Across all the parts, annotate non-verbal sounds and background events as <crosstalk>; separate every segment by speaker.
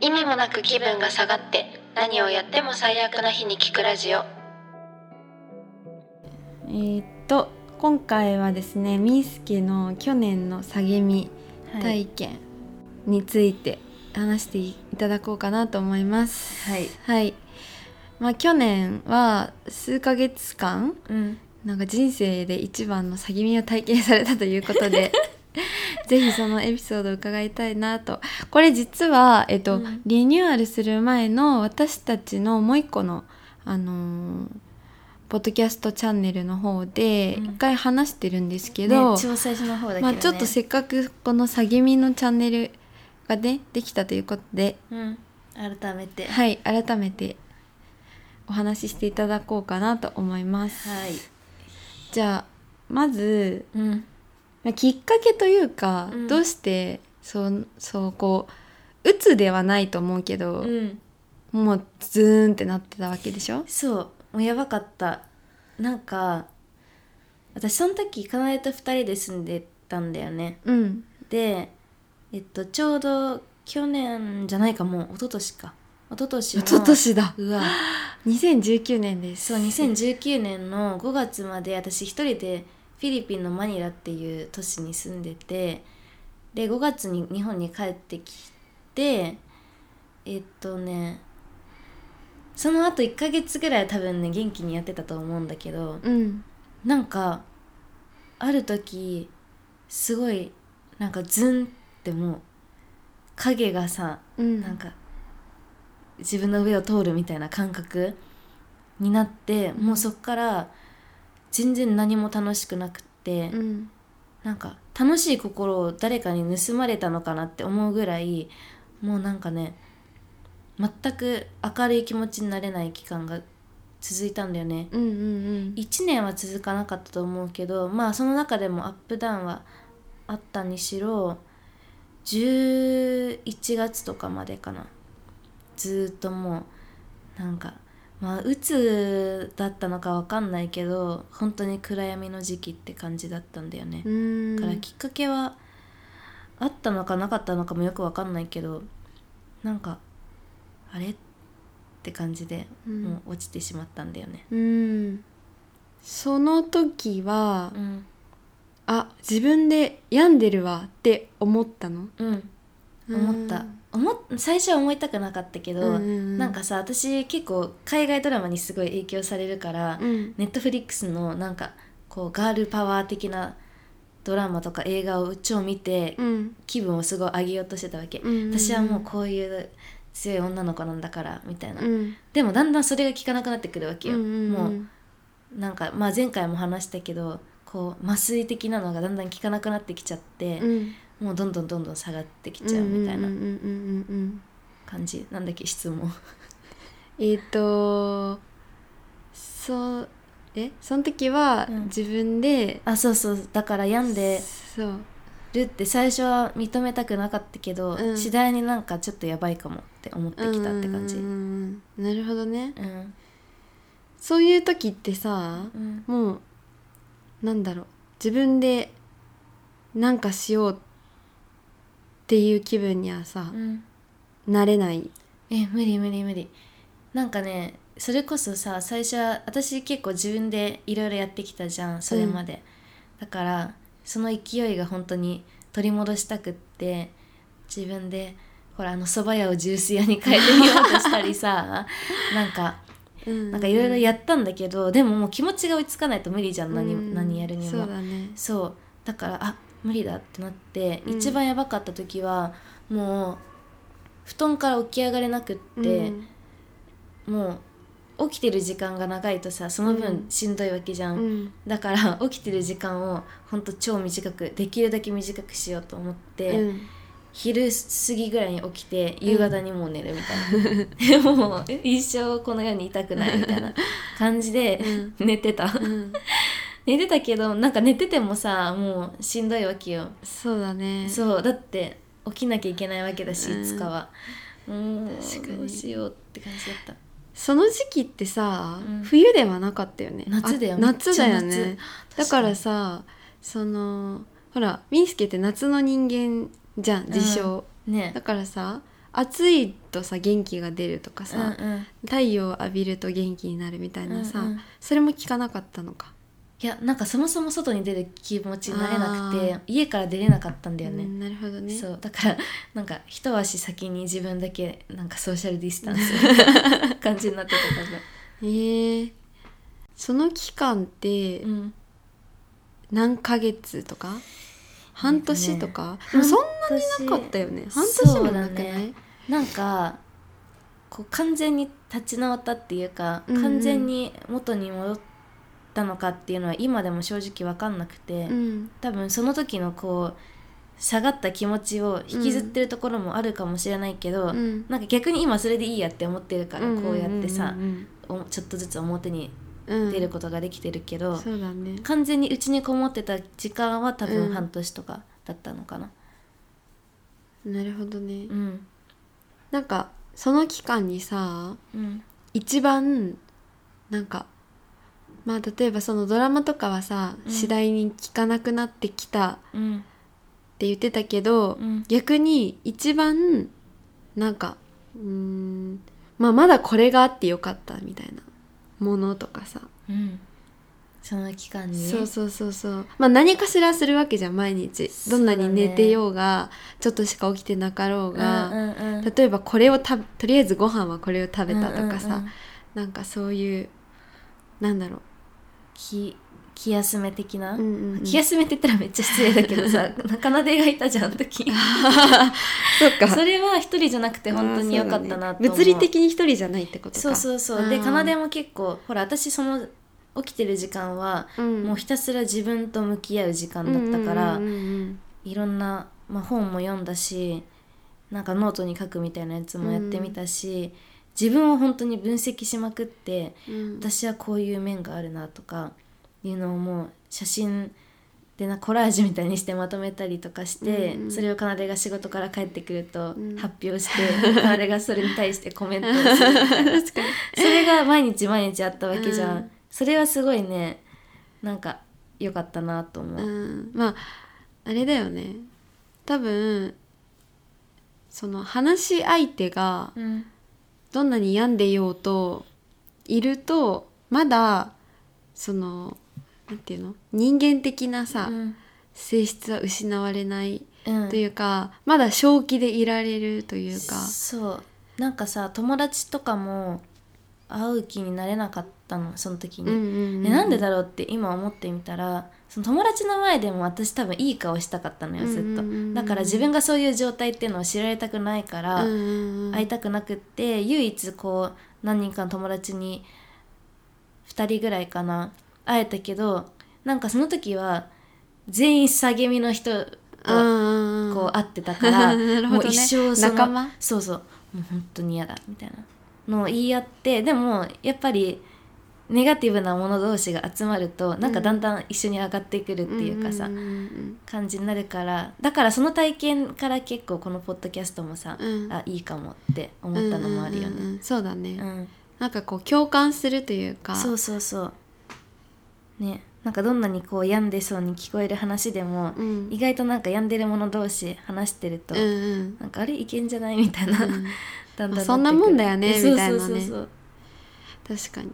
Speaker 1: 意味もなく気分が下がって何をやっても最悪な日に聞くラジオ
Speaker 2: えーっと今回はですねみーすけの去年の下げみ体験について話していただこうかなと思います。
Speaker 3: はい
Speaker 2: まあ、去年は数ヶ月間
Speaker 3: うん
Speaker 2: なんか人生で一番の詐欺みを体験されたということ
Speaker 3: <laughs>
Speaker 2: でぜひそのエピソードを伺いたいなとこれ実は、えっと
Speaker 3: うん
Speaker 2: リニューアルする前の私たちのもう一個の、あのーポッドキャストチャンネルの方で
Speaker 3: うん
Speaker 2: 一回話してるんですけど、
Speaker 3: ね、超最初の方だけど、ね
Speaker 2: まあ、ちょっとせっかくこの詐欺みのチャンネルがねできたということで
Speaker 3: うん改めて
Speaker 2: はい改めてお話ししていただこうかなと思います。
Speaker 3: はい
Speaker 2: じゃあまず
Speaker 3: うん
Speaker 2: まあきっかけというか、
Speaker 3: うん
Speaker 2: どうしてそうそうこう鬱ではないと思うけど、
Speaker 3: うん
Speaker 2: もうズーンってなってたわけでしょ
Speaker 3: そうもうやばかったなんか私その時かなえと2人で住んでたんだよね
Speaker 2: うん
Speaker 3: でえっとちょうど去年じゃないかもう一昨年か一昨年
Speaker 2: 一
Speaker 3: の
Speaker 2: 昨年だ
Speaker 3: うわ
Speaker 2: 2019年です
Speaker 3: そう2019年の5月まで私一人でフィリピンのマニラっていう都市に住んでてで5月に日本に帰ってきてえっとねその後1ヶ月ぐらいは多分ね元気にやってたと思うんだけど
Speaker 2: うん
Speaker 3: なんかある時すごいなんかズンってもう影がさ
Speaker 2: うん
Speaker 3: なんか自分の上を通るみたいな感覚になってもうそっから全然何も楽しくなくって、
Speaker 2: うん
Speaker 3: なんか楽しい心を誰かに盗まれたのかなって思うぐらいもうなんかね全く明るい気持ちになれない期間が続いたんだよね。
Speaker 2: うんうん
Speaker 3: 1年は続かなかったと思うけどまあその中でもアップダウンはあったにしろ11月とかまでかなずーっともうなんかまあ鬱だったのかわかんないけど本当に暗闇の時期って感じだったんだよね
Speaker 2: う、ん
Speaker 3: だからきっかけはあったのかなかったのかもよくわかんないけどなんかあれって感じで
Speaker 2: うん
Speaker 3: もう落ちてしまったんだよね。
Speaker 2: うんその時は、
Speaker 3: うん
Speaker 2: あ自分で病んでるわって思ったの
Speaker 3: うん、思った思っ最初は思いたくなかったけど、
Speaker 2: うんうんうん
Speaker 3: なんかさ私結構海外ドラマにすごい影響されるから、
Speaker 2: うん
Speaker 3: ネットフリックスのなんかこうガールパワー的なドラマとか映画を超見て、
Speaker 2: うん
Speaker 3: 気分をすごい上げようとしてたわけ、
Speaker 2: うんうんうん
Speaker 3: 私はもうこういう強い女の子なんだからみたいな、
Speaker 2: うん
Speaker 3: でもだんだんそれが効かなくなってくるわけよ、
Speaker 2: うんうん
Speaker 3: もうなんか、まあ、前回も話したけどこう麻酔的なのがだんだん効かなくなってきちゃって
Speaker 2: う、ん
Speaker 3: もうどんどんどんどん下がってきちゃうみたいな
Speaker 2: うんうんうんうんうんうん
Speaker 3: 感じなんだっけ質問 <laughs>
Speaker 2: えっ、とそうえその時は
Speaker 3: うん
Speaker 2: 自分で、
Speaker 3: あそうそうだから病んで
Speaker 2: そう
Speaker 3: るって最初は認めたくなかったけど、
Speaker 2: うん
Speaker 3: 次第になんかちょっとやばいかもって思ってきたって感じ
Speaker 2: う
Speaker 3: うん
Speaker 2: うんんうんなるほどね
Speaker 3: うん、
Speaker 2: そういう時ってさもうなんだろう自分でなんかしようっていう気分にはさ、
Speaker 3: うん
Speaker 2: なれない
Speaker 3: え無理無理無理なんかねそれこそさ最初は私結構自分でいろいろやってきたじゃんそれまで、だからその勢いが本当に取り戻したくって自分でほらあの蕎麦屋をジュース屋に変えてみようとしたり
Speaker 2: <laughs>
Speaker 3: さなんか
Speaker 2: な
Speaker 3: なんかいろいろやったんだけど、でももう気持ちが追いつかないと無理じゃん何,、何やるにも
Speaker 2: そうだね
Speaker 3: そうだからあ無理だってなって、
Speaker 2: うん
Speaker 3: 一番やばかった時はもう布団から起き上がれなくって、もう起きてる時間が長いとさそ
Speaker 2: う
Speaker 3: の分
Speaker 2: ん
Speaker 3: しんどいわけじゃ、
Speaker 2: うんん
Speaker 3: だから <laughs> 起きてる時間をほんと超短くできるだけ短くしようと思って、
Speaker 2: うん
Speaker 3: 昼過ぎぐらいに起きて夕方にもう寝るみたいな、 <laughs> もう一生この世にいたくないみたいな感じで
Speaker 2: う
Speaker 3: 寝てた、
Speaker 2: うん、
Speaker 3: 寝てたけどなんか寝ててもさもうしんどいわけよ、
Speaker 2: そうだね
Speaker 3: そうだって起きなきゃいけないわけだし
Speaker 2: うん
Speaker 3: いつかは、うん、
Speaker 2: 確かに
Speaker 3: どうしようって感じだっ
Speaker 2: その時期ってさ、
Speaker 3: うん
Speaker 2: 冬ではなかったよね
Speaker 3: 夏だよ
Speaker 2: あ夏だよ
Speaker 3: めっちゃ
Speaker 2: ね
Speaker 3: た
Speaker 2: だからさそのほらミンスケって夏の人間じゃん自称、
Speaker 3: ね
Speaker 2: だからさ暑いとさ元気が出るとかさ、
Speaker 3: うんうん
Speaker 2: 太陽を浴びると元気になるみたいなさ、
Speaker 3: うんうん
Speaker 2: それも聞かなかったのか
Speaker 3: いやなんかそもそも外に出る気持ちになれなく
Speaker 2: あー
Speaker 3: て家から出れなかったんだよね、
Speaker 2: うんなるほどね
Speaker 3: そうだからなんか一足先に自分だけなんかソーシャルディスタンス <laughs> 感じになってたか
Speaker 2: えーその期間って
Speaker 3: ら、うん、
Speaker 2: 何ヶ月とか、半年とか、でもそん
Speaker 3: なに
Speaker 2: ななかったよね半
Speaker 3: そ
Speaker 2: 年
Speaker 3: う
Speaker 2: も
Speaker 3: だね
Speaker 2: なくない、
Speaker 3: なんかこう完全に立ち直ったっていうか、
Speaker 2: うんうん
Speaker 3: 完全に元に戻ったのかっていうのは今でも正直分かんなくて、
Speaker 2: うん
Speaker 3: 多分その時のこう下がった気持ちを引きずってるところもあるかもしれないけど、
Speaker 2: うん
Speaker 3: なんか逆に今それでいいやって思ってるから、こうやってさ
Speaker 2: う、ん
Speaker 3: おちょっとずつ表に
Speaker 2: うんうんうん
Speaker 3: 出ることができてるけど、
Speaker 2: そうだね
Speaker 3: 完全にうちにこもってた時間は多
Speaker 2: うん
Speaker 3: 分半年とかだったのかな。
Speaker 2: なるほどね、
Speaker 3: うん、
Speaker 2: なんかその期間にさ
Speaker 3: うん、
Speaker 2: 一番なんかまあ例えばそのドラマとかはさ、
Speaker 3: うん
Speaker 2: 次第に聞かなくなってきた
Speaker 3: うん、
Speaker 2: って言ってたけど、
Speaker 3: うん
Speaker 2: 逆に一番なんかうーんまあまだこれがあってよかったみたいなものとかさ、
Speaker 3: うん、その期間に。
Speaker 2: そうそうそうそうまあ何かしらするわけじゃん毎日どんなに寝てようがちょっとしか起きてなかろう
Speaker 3: う
Speaker 2: が、
Speaker 3: んうんうん、
Speaker 2: 例えばこれをたとりあえずご飯はこれを食べたとかさ、
Speaker 3: うんうんうん
Speaker 2: なんかそういうなんだろ
Speaker 3: 気気休め的な、
Speaker 2: う,、うんうんうん
Speaker 3: 気休めって言ったらめっちゃ失礼だけ
Speaker 2: <laughs>
Speaker 3: どさ中野で描いたじゃんあの時
Speaker 2: そっか
Speaker 3: それは一人じゃなくて本当に良かったな
Speaker 2: あーそうだね
Speaker 3: と思う
Speaker 2: 物理的に一人じゃないってことか
Speaker 3: そうそうそう
Speaker 2: あー
Speaker 3: でかなでも結構ほら私その起きてる時間は、
Speaker 2: うん
Speaker 3: もうひたすら自分と向き合う時間だったから、
Speaker 2: うんうんうん
Speaker 3: いろんな、まあ、本も読んだしなんかノートに書くみたいなやつもやってみたし、自分を本当に分析しまくって
Speaker 2: うんうん
Speaker 3: 私はこういう面があるなとかいうのをもう写真でなコラージュみたいにしてまとめたりとかして、
Speaker 2: うんうん
Speaker 3: それを奏が仕事から帰ってくると
Speaker 2: うん
Speaker 3: 発表し
Speaker 2: <laughs>
Speaker 3: て、奏がそれに対してコメントをするみたいなそれが毎日毎日あったわけじゃん、
Speaker 2: うん
Speaker 3: それはすごいねなんか良かったなと思う、
Speaker 2: うんまああれだよね多分その話し相手が
Speaker 3: うん
Speaker 2: どんなに病んでようといるとまだそのなんていうの人間的なさ、
Speaker 3: うん
Speaker 2: 性質は失われない
Speaker 3: うん
Speaker 2: というか、まだ正気でいられるというか
Speaker 3: そうなんかさ友達とかも会う気になれなかったのその時に、えなんでだろうって今思ってみたらその友達の前でも私多分いい顔したかったのよずっと、
Speaker 2: うんうんうんうん
Speaker 3: だから自分がそういう状態っていうのを知られたくないから、会いたくなくって唯一こう何人かの友達に2人ぐらいかな会えたけどなんかその時は全員下げみの人とこう会ってたから、
Speaker 2: <laughs> なるほ
Speaker 3: も
Speaker 2: どね
Speaker 3: う一生その
Speaker 2: 仲間
Speaker 3: そうそうもう本当に嫌だみたいなのを言い合ってでもやっぱりネガティブなもの同士が集まるとなんかだんだん一緒に上がってくるっていうかさ、
Speaker 2: んうん
Speaker 3: 感じになるからだからその体験から結構このポッドキャストもさ、
Speaker 2: うん
Speaker 3: あいいかもって思ったのもあるよ
Speaker 2: うんう
Speaker 3: ね。
Speaker 2: んうんそうだね、
Speaker 3: うん
Speaker 2: なんかこう共感するというか
Speaker 3: そうそうそうねなんかどんなにこう病んでそうに聞こえる話でも、
Speaker 2: うん
Speaker 3: 意外となんか病んでる者同士話してると、
Speaker 2: うん
Speaker 3: <laughs>
Speaker 2: うん
Speaker 3: なんかあれいけんじゃないみたいな、
Speaker 2: うん
Speaker 3: だん
Speaker 2: まあ
Speaker 3: だん
Speaker 2: そんなもんだよね
Speaker 3: ってくる
Speaker 2: みたいなね
Speaker 3: そうそうそう
Speaker 2: 確かに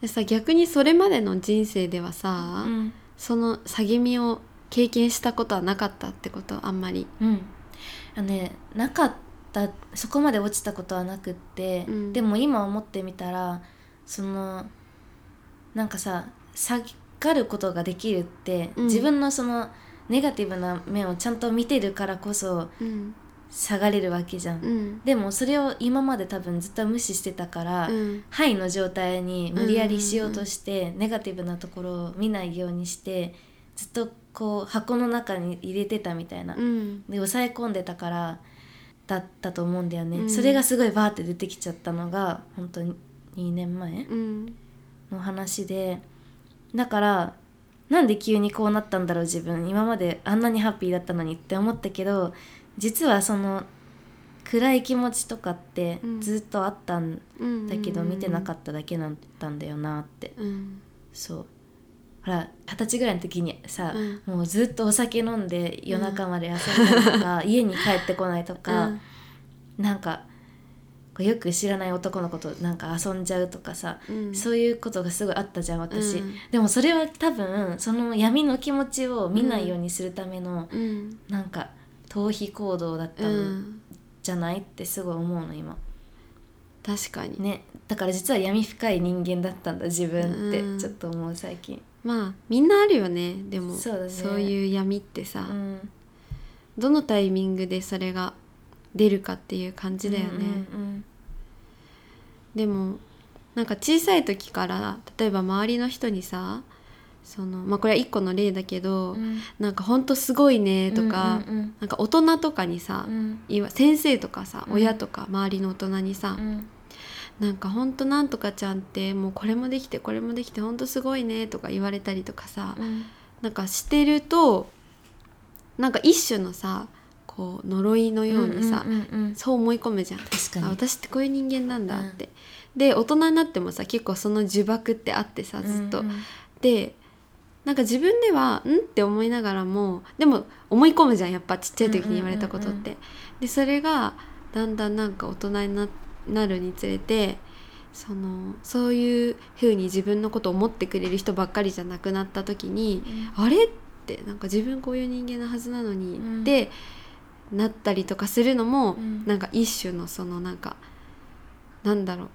Speaker 2: でさ逆にそれまでの人生では
Speaker 3: そう
Speaker 2: さ、
Speaker 3: うん、
Speaker 2: その下げみを経験したことはなかったってことあんまり、
Speaker 3: うん、あのねなかったそこまで落ちたことはなくって、
Speaker 2: うん
Speaker 3: でも今思ってみたらそのなんかさ下がることができるって、
Speaker 2: うん
Speaker 3: 自分のそのネガティブな面をちゃんと見てるからこそ
Speaker 2: うん
Speaker 3: 下がれるわけじゃん、
Speaker 2: うん
Speaker 3: でもそれを今まで多分ずっと無視してたから、
Speaker 2: うん
Speaker 3: ハイの状態に無理やりしようとして、ネガティブなところを見ないようにしてずっとこう箱の中に入れてたみたいな、
Speaker 2: うん
Speaker 3: で抑え込んでたからだったと思うんだよね、
Speaker 2: うん
Speaker 3: それがすごいバーって出てきちゃったのが本当に2年前
Speaker 2: うん
Speaker 3: の話でだからなんで急にこうなったんだろう自分今まであんなにハッピーだったのにって思ったけど実はその暗い気持ちとかって
Speaker 2: うん
Speaker 3: ずっとあったん
Speaker 2: うん
Speaker 3: だけど見てなか
Speaker 2: っ
Speaker 3: っただけだったんだよなって
Speaker 2: た、うん
Speaker 3: そうほら二十歳ぐらいの時にさ、
Speaker 2: うん
Speaker 3: もうずっとお酒飲んで夜中まで遊んだりとか、家に帰ってこないとか、
Speaker 2: うん
Speaker 3: なんかこうよく知らない男の子となんか遊んじゃうとかさ、
Speaker 2: うん
Speaker 3: そういうことがすごいあったじゃん私、
Speaker 2: うん
Speaker 3: でもそれは多分その闇の気持ちを見ないようにするための、
Speaker 2: うん
Speaker 3: なんか逃避行動だった
Speaker 2: うんん
Speaker 3: じゃないってすごい思うの今
Speaker 2: 確かに
Speaker 3: ねだから実は闇深い人間だったんだ自分っ
Speaker 2: うん
Speaker 3: てちょっと思う最近
Speaker 2: まあみんなあるよねでも
Speaker 3: そうだね
Speaker 2: いう闇ってさ、
Speaker 3: うん
Speaker 2: どのタイミングでそれが出るかっていう感じだよね、
Speaker 3: うん
Speaker 2: でもなんか小さい時から例えば周りの人にさそのまあこれは一個の例だけど、
Speaker 3: うんうん
Speaker 2: なんかほんとすごいねとか、
Speaker 3: うん
Speaker 2: なんか大人とかにさ
Speaker 3: う、ん
Speaker 2: いわ先生とかさ
Speaker 3: うん
Speaker 2: 親とか周りの大人にさ、
Speaker 3: うん
Speaker 2: なんかほんとなんとかちゃんってもうこれもできてこれもできてほんとすごいねとか言われたりとかさ、
Speaker 3: うん
Speaker 2: なんかしてるとなんか一種のさこう呪いのようにさ、
Speaker 3: んんうん
Speaker 2: そう思い込むじゃん
Speaker 3: 確かに
Speaker 2: あ私ってこういう人間なんだって、で大人になってもさ結構その呪縛ってあってさずっと、
Speaker 3: うんうん
Speaker 2: でなんか自分ではんって思いながらもでも思い込むじゃんやっぱちっちゃい時に言われたことって、
Speaker 3: うんうんうん
Speaker 2: でそれがだんだんなんか大人にななるにつれてそのそういう風に自分のことを思ってくれる人ばっかりじゃなくなった時に、あれってなんか自分こういう人間なはずなのに
Speaker 3: うん
Speaker 2: って、なったりとかするのも、
Speaker 3: うん
Speaker 2: なんか一種のそのなんかなんだろう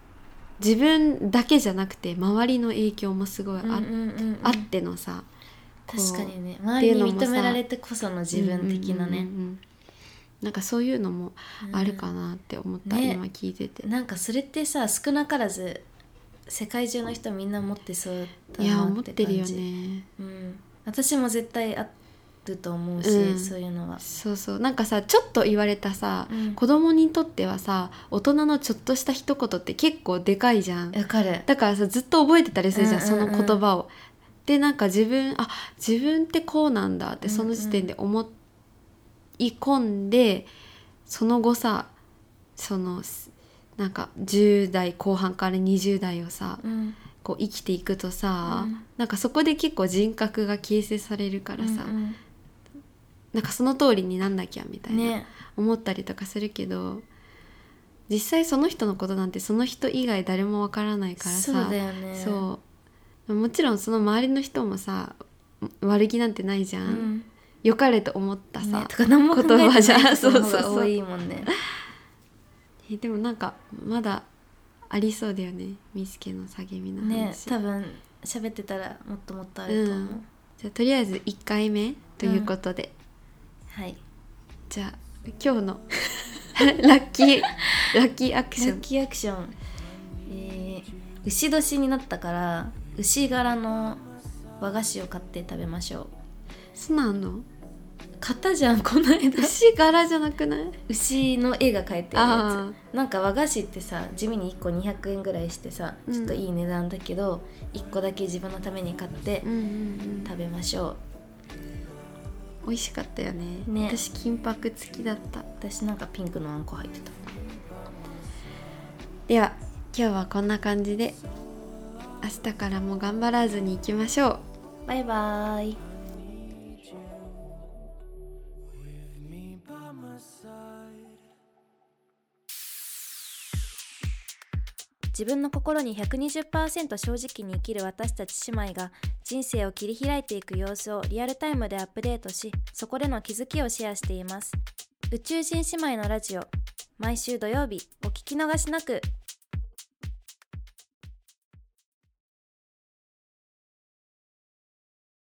Speaker 2: 自分だけじゃなくて周りの影響もすごいあ,、
Speaker 3: うんうんうんうん
Speaker 2: あってのさこう
Speaker 3: 確かにね
Speaker 2: っ
Speaker 3: 周
Speaker 2: てい
Speaker 3: り
Speaker 2: うのも
Speaker 3: に
Speaker 2: さ
Speaker 3: 認められてこその自分的な
Speaker 2: うん
Speaker 3: ね
Speaker 2: うんうんうんなんかそういうのもあるかなって思った、
Speaker 3: うんね
Speaker 2: 今聞いてて、
Speaker 3: なんかそれってさ少なからず世界中の人みんな持ってそうだ
Speaker 2: いや
Speaker 3: な
Speaker 2: 思っ
Speaker 3: って感
Speaker 2: て
Speaker 3: じ
Speaker 2: るよね
Speaker 3: うん、私も絶対あると思うし、
Speaker 2: うん
Speaker 3: そういうのは
Speaker 2: そうそうなんかさちょっと言われたさ、
Speaker 3: うん
Speaker 2: 子供にとってはさ大人のちょっとした一言って結構でかいじゃん
Speaker 3: わかる
Speaker 2: だからさずっと覚えてたりするじゃん,、
Speaker 3: うんうんうん
Speaker 2: その言葉を。でなんか自分あ自分ってこうなんだって
Speaker 3: うんうん
Speaker 2: その時点で思い込んで、その後さそのすなんか10代後半から20代をさ
Speaker 3: うん
Speaker 2: こう生きていくとさ、
Speaker 3: うん
Speaker 2: なんかそこで結構人格が形成されるからさ、
Speaker 3: うん
Speaker 2: なんかその通りになんなきゃみた
Speaker 3: う
Speaker 2: い
Speaker 3: ん
Speaker 2: な、
Speaker 3: ね
Speaker 2: 思ったりとかするけど実際その人のことなんてその人以外誰もわからないから
Speaker 3: そ
Speaker 2: さ
Speaker 3: うだよね
Speaker 2: そうもちろんその周りの人もさ悪気なんてないじゃん、
Speaker 3: うん
Speaker 2: 良かれと思ったさ、
Speaker 3: ねとか何も考えてない
Speaker 2: 言葉じゃ
Speaker 3: 人の方
Speaker 2: そうそう
Speaker 3: が
Speaker 2: そう
Speaker 3: 多いもんね
Speaker 2: えでもなんかまだありそうだよねミスケの叫びの話
Speaker 3: ね多分喋ってたらもっともっとあると思
Speaker 2: う
Speaker 3: う、
Speaker 2: んじゃあとりあえず1回目ということで、
Speaker 3: はい
Speaker 2: じゃあ今日の <laughs> ラッキ
Speaker 3: <laughs>
Speaker 2: ーラッキーアク
Speaker 3: ラ
Speaker 2: ショ
Speaker 3: ッ
Speaker 2: ン
Speaker 3: キーアクション、えー牛年になったから牛柄の和菓子を買って食べましょう
Speaker 2: そうなん
Speaker 3: <laughs>
Speaker 2: の
Speaker 3: 買ったじゃんこの
Speaker 2: <laughs>
Speaker 3: 間
Speaker 2: 牛柄じゃなくない
Speaker 3: 牛の絵が描いてある
Speaker 2: あ
Speaker 3: やつなんか和菓子ってさ地味に1個200円ぐらいしてさ
Speaker 2: うん
Speaker 3: ちょっといい値段だけど、1個だけ自分のために買って
Speaker 2: うんうんうん
Speaker 3: 食べましょ
Speaker 2: 美味しかったよね
Speaker 3: ね
Speaker 2: 私金箔付きだった
Speaker 3: う私なんかピンクのあんこ入ってた
Speaker 2: では今日はこんな感じで明日からも頑張らずに行きましょう
Speaker 3: バイバーイ
Speaker 4: with me by my side.
Speaker 3: 自分の心に120%正直に生きる私たち姉妹が人生を切り開いていく様子をリアルタイムでアップデートしそこでの気づきをシェアしています宇宙人姉妹のラジオ毎週土曜日お聞き逃しなく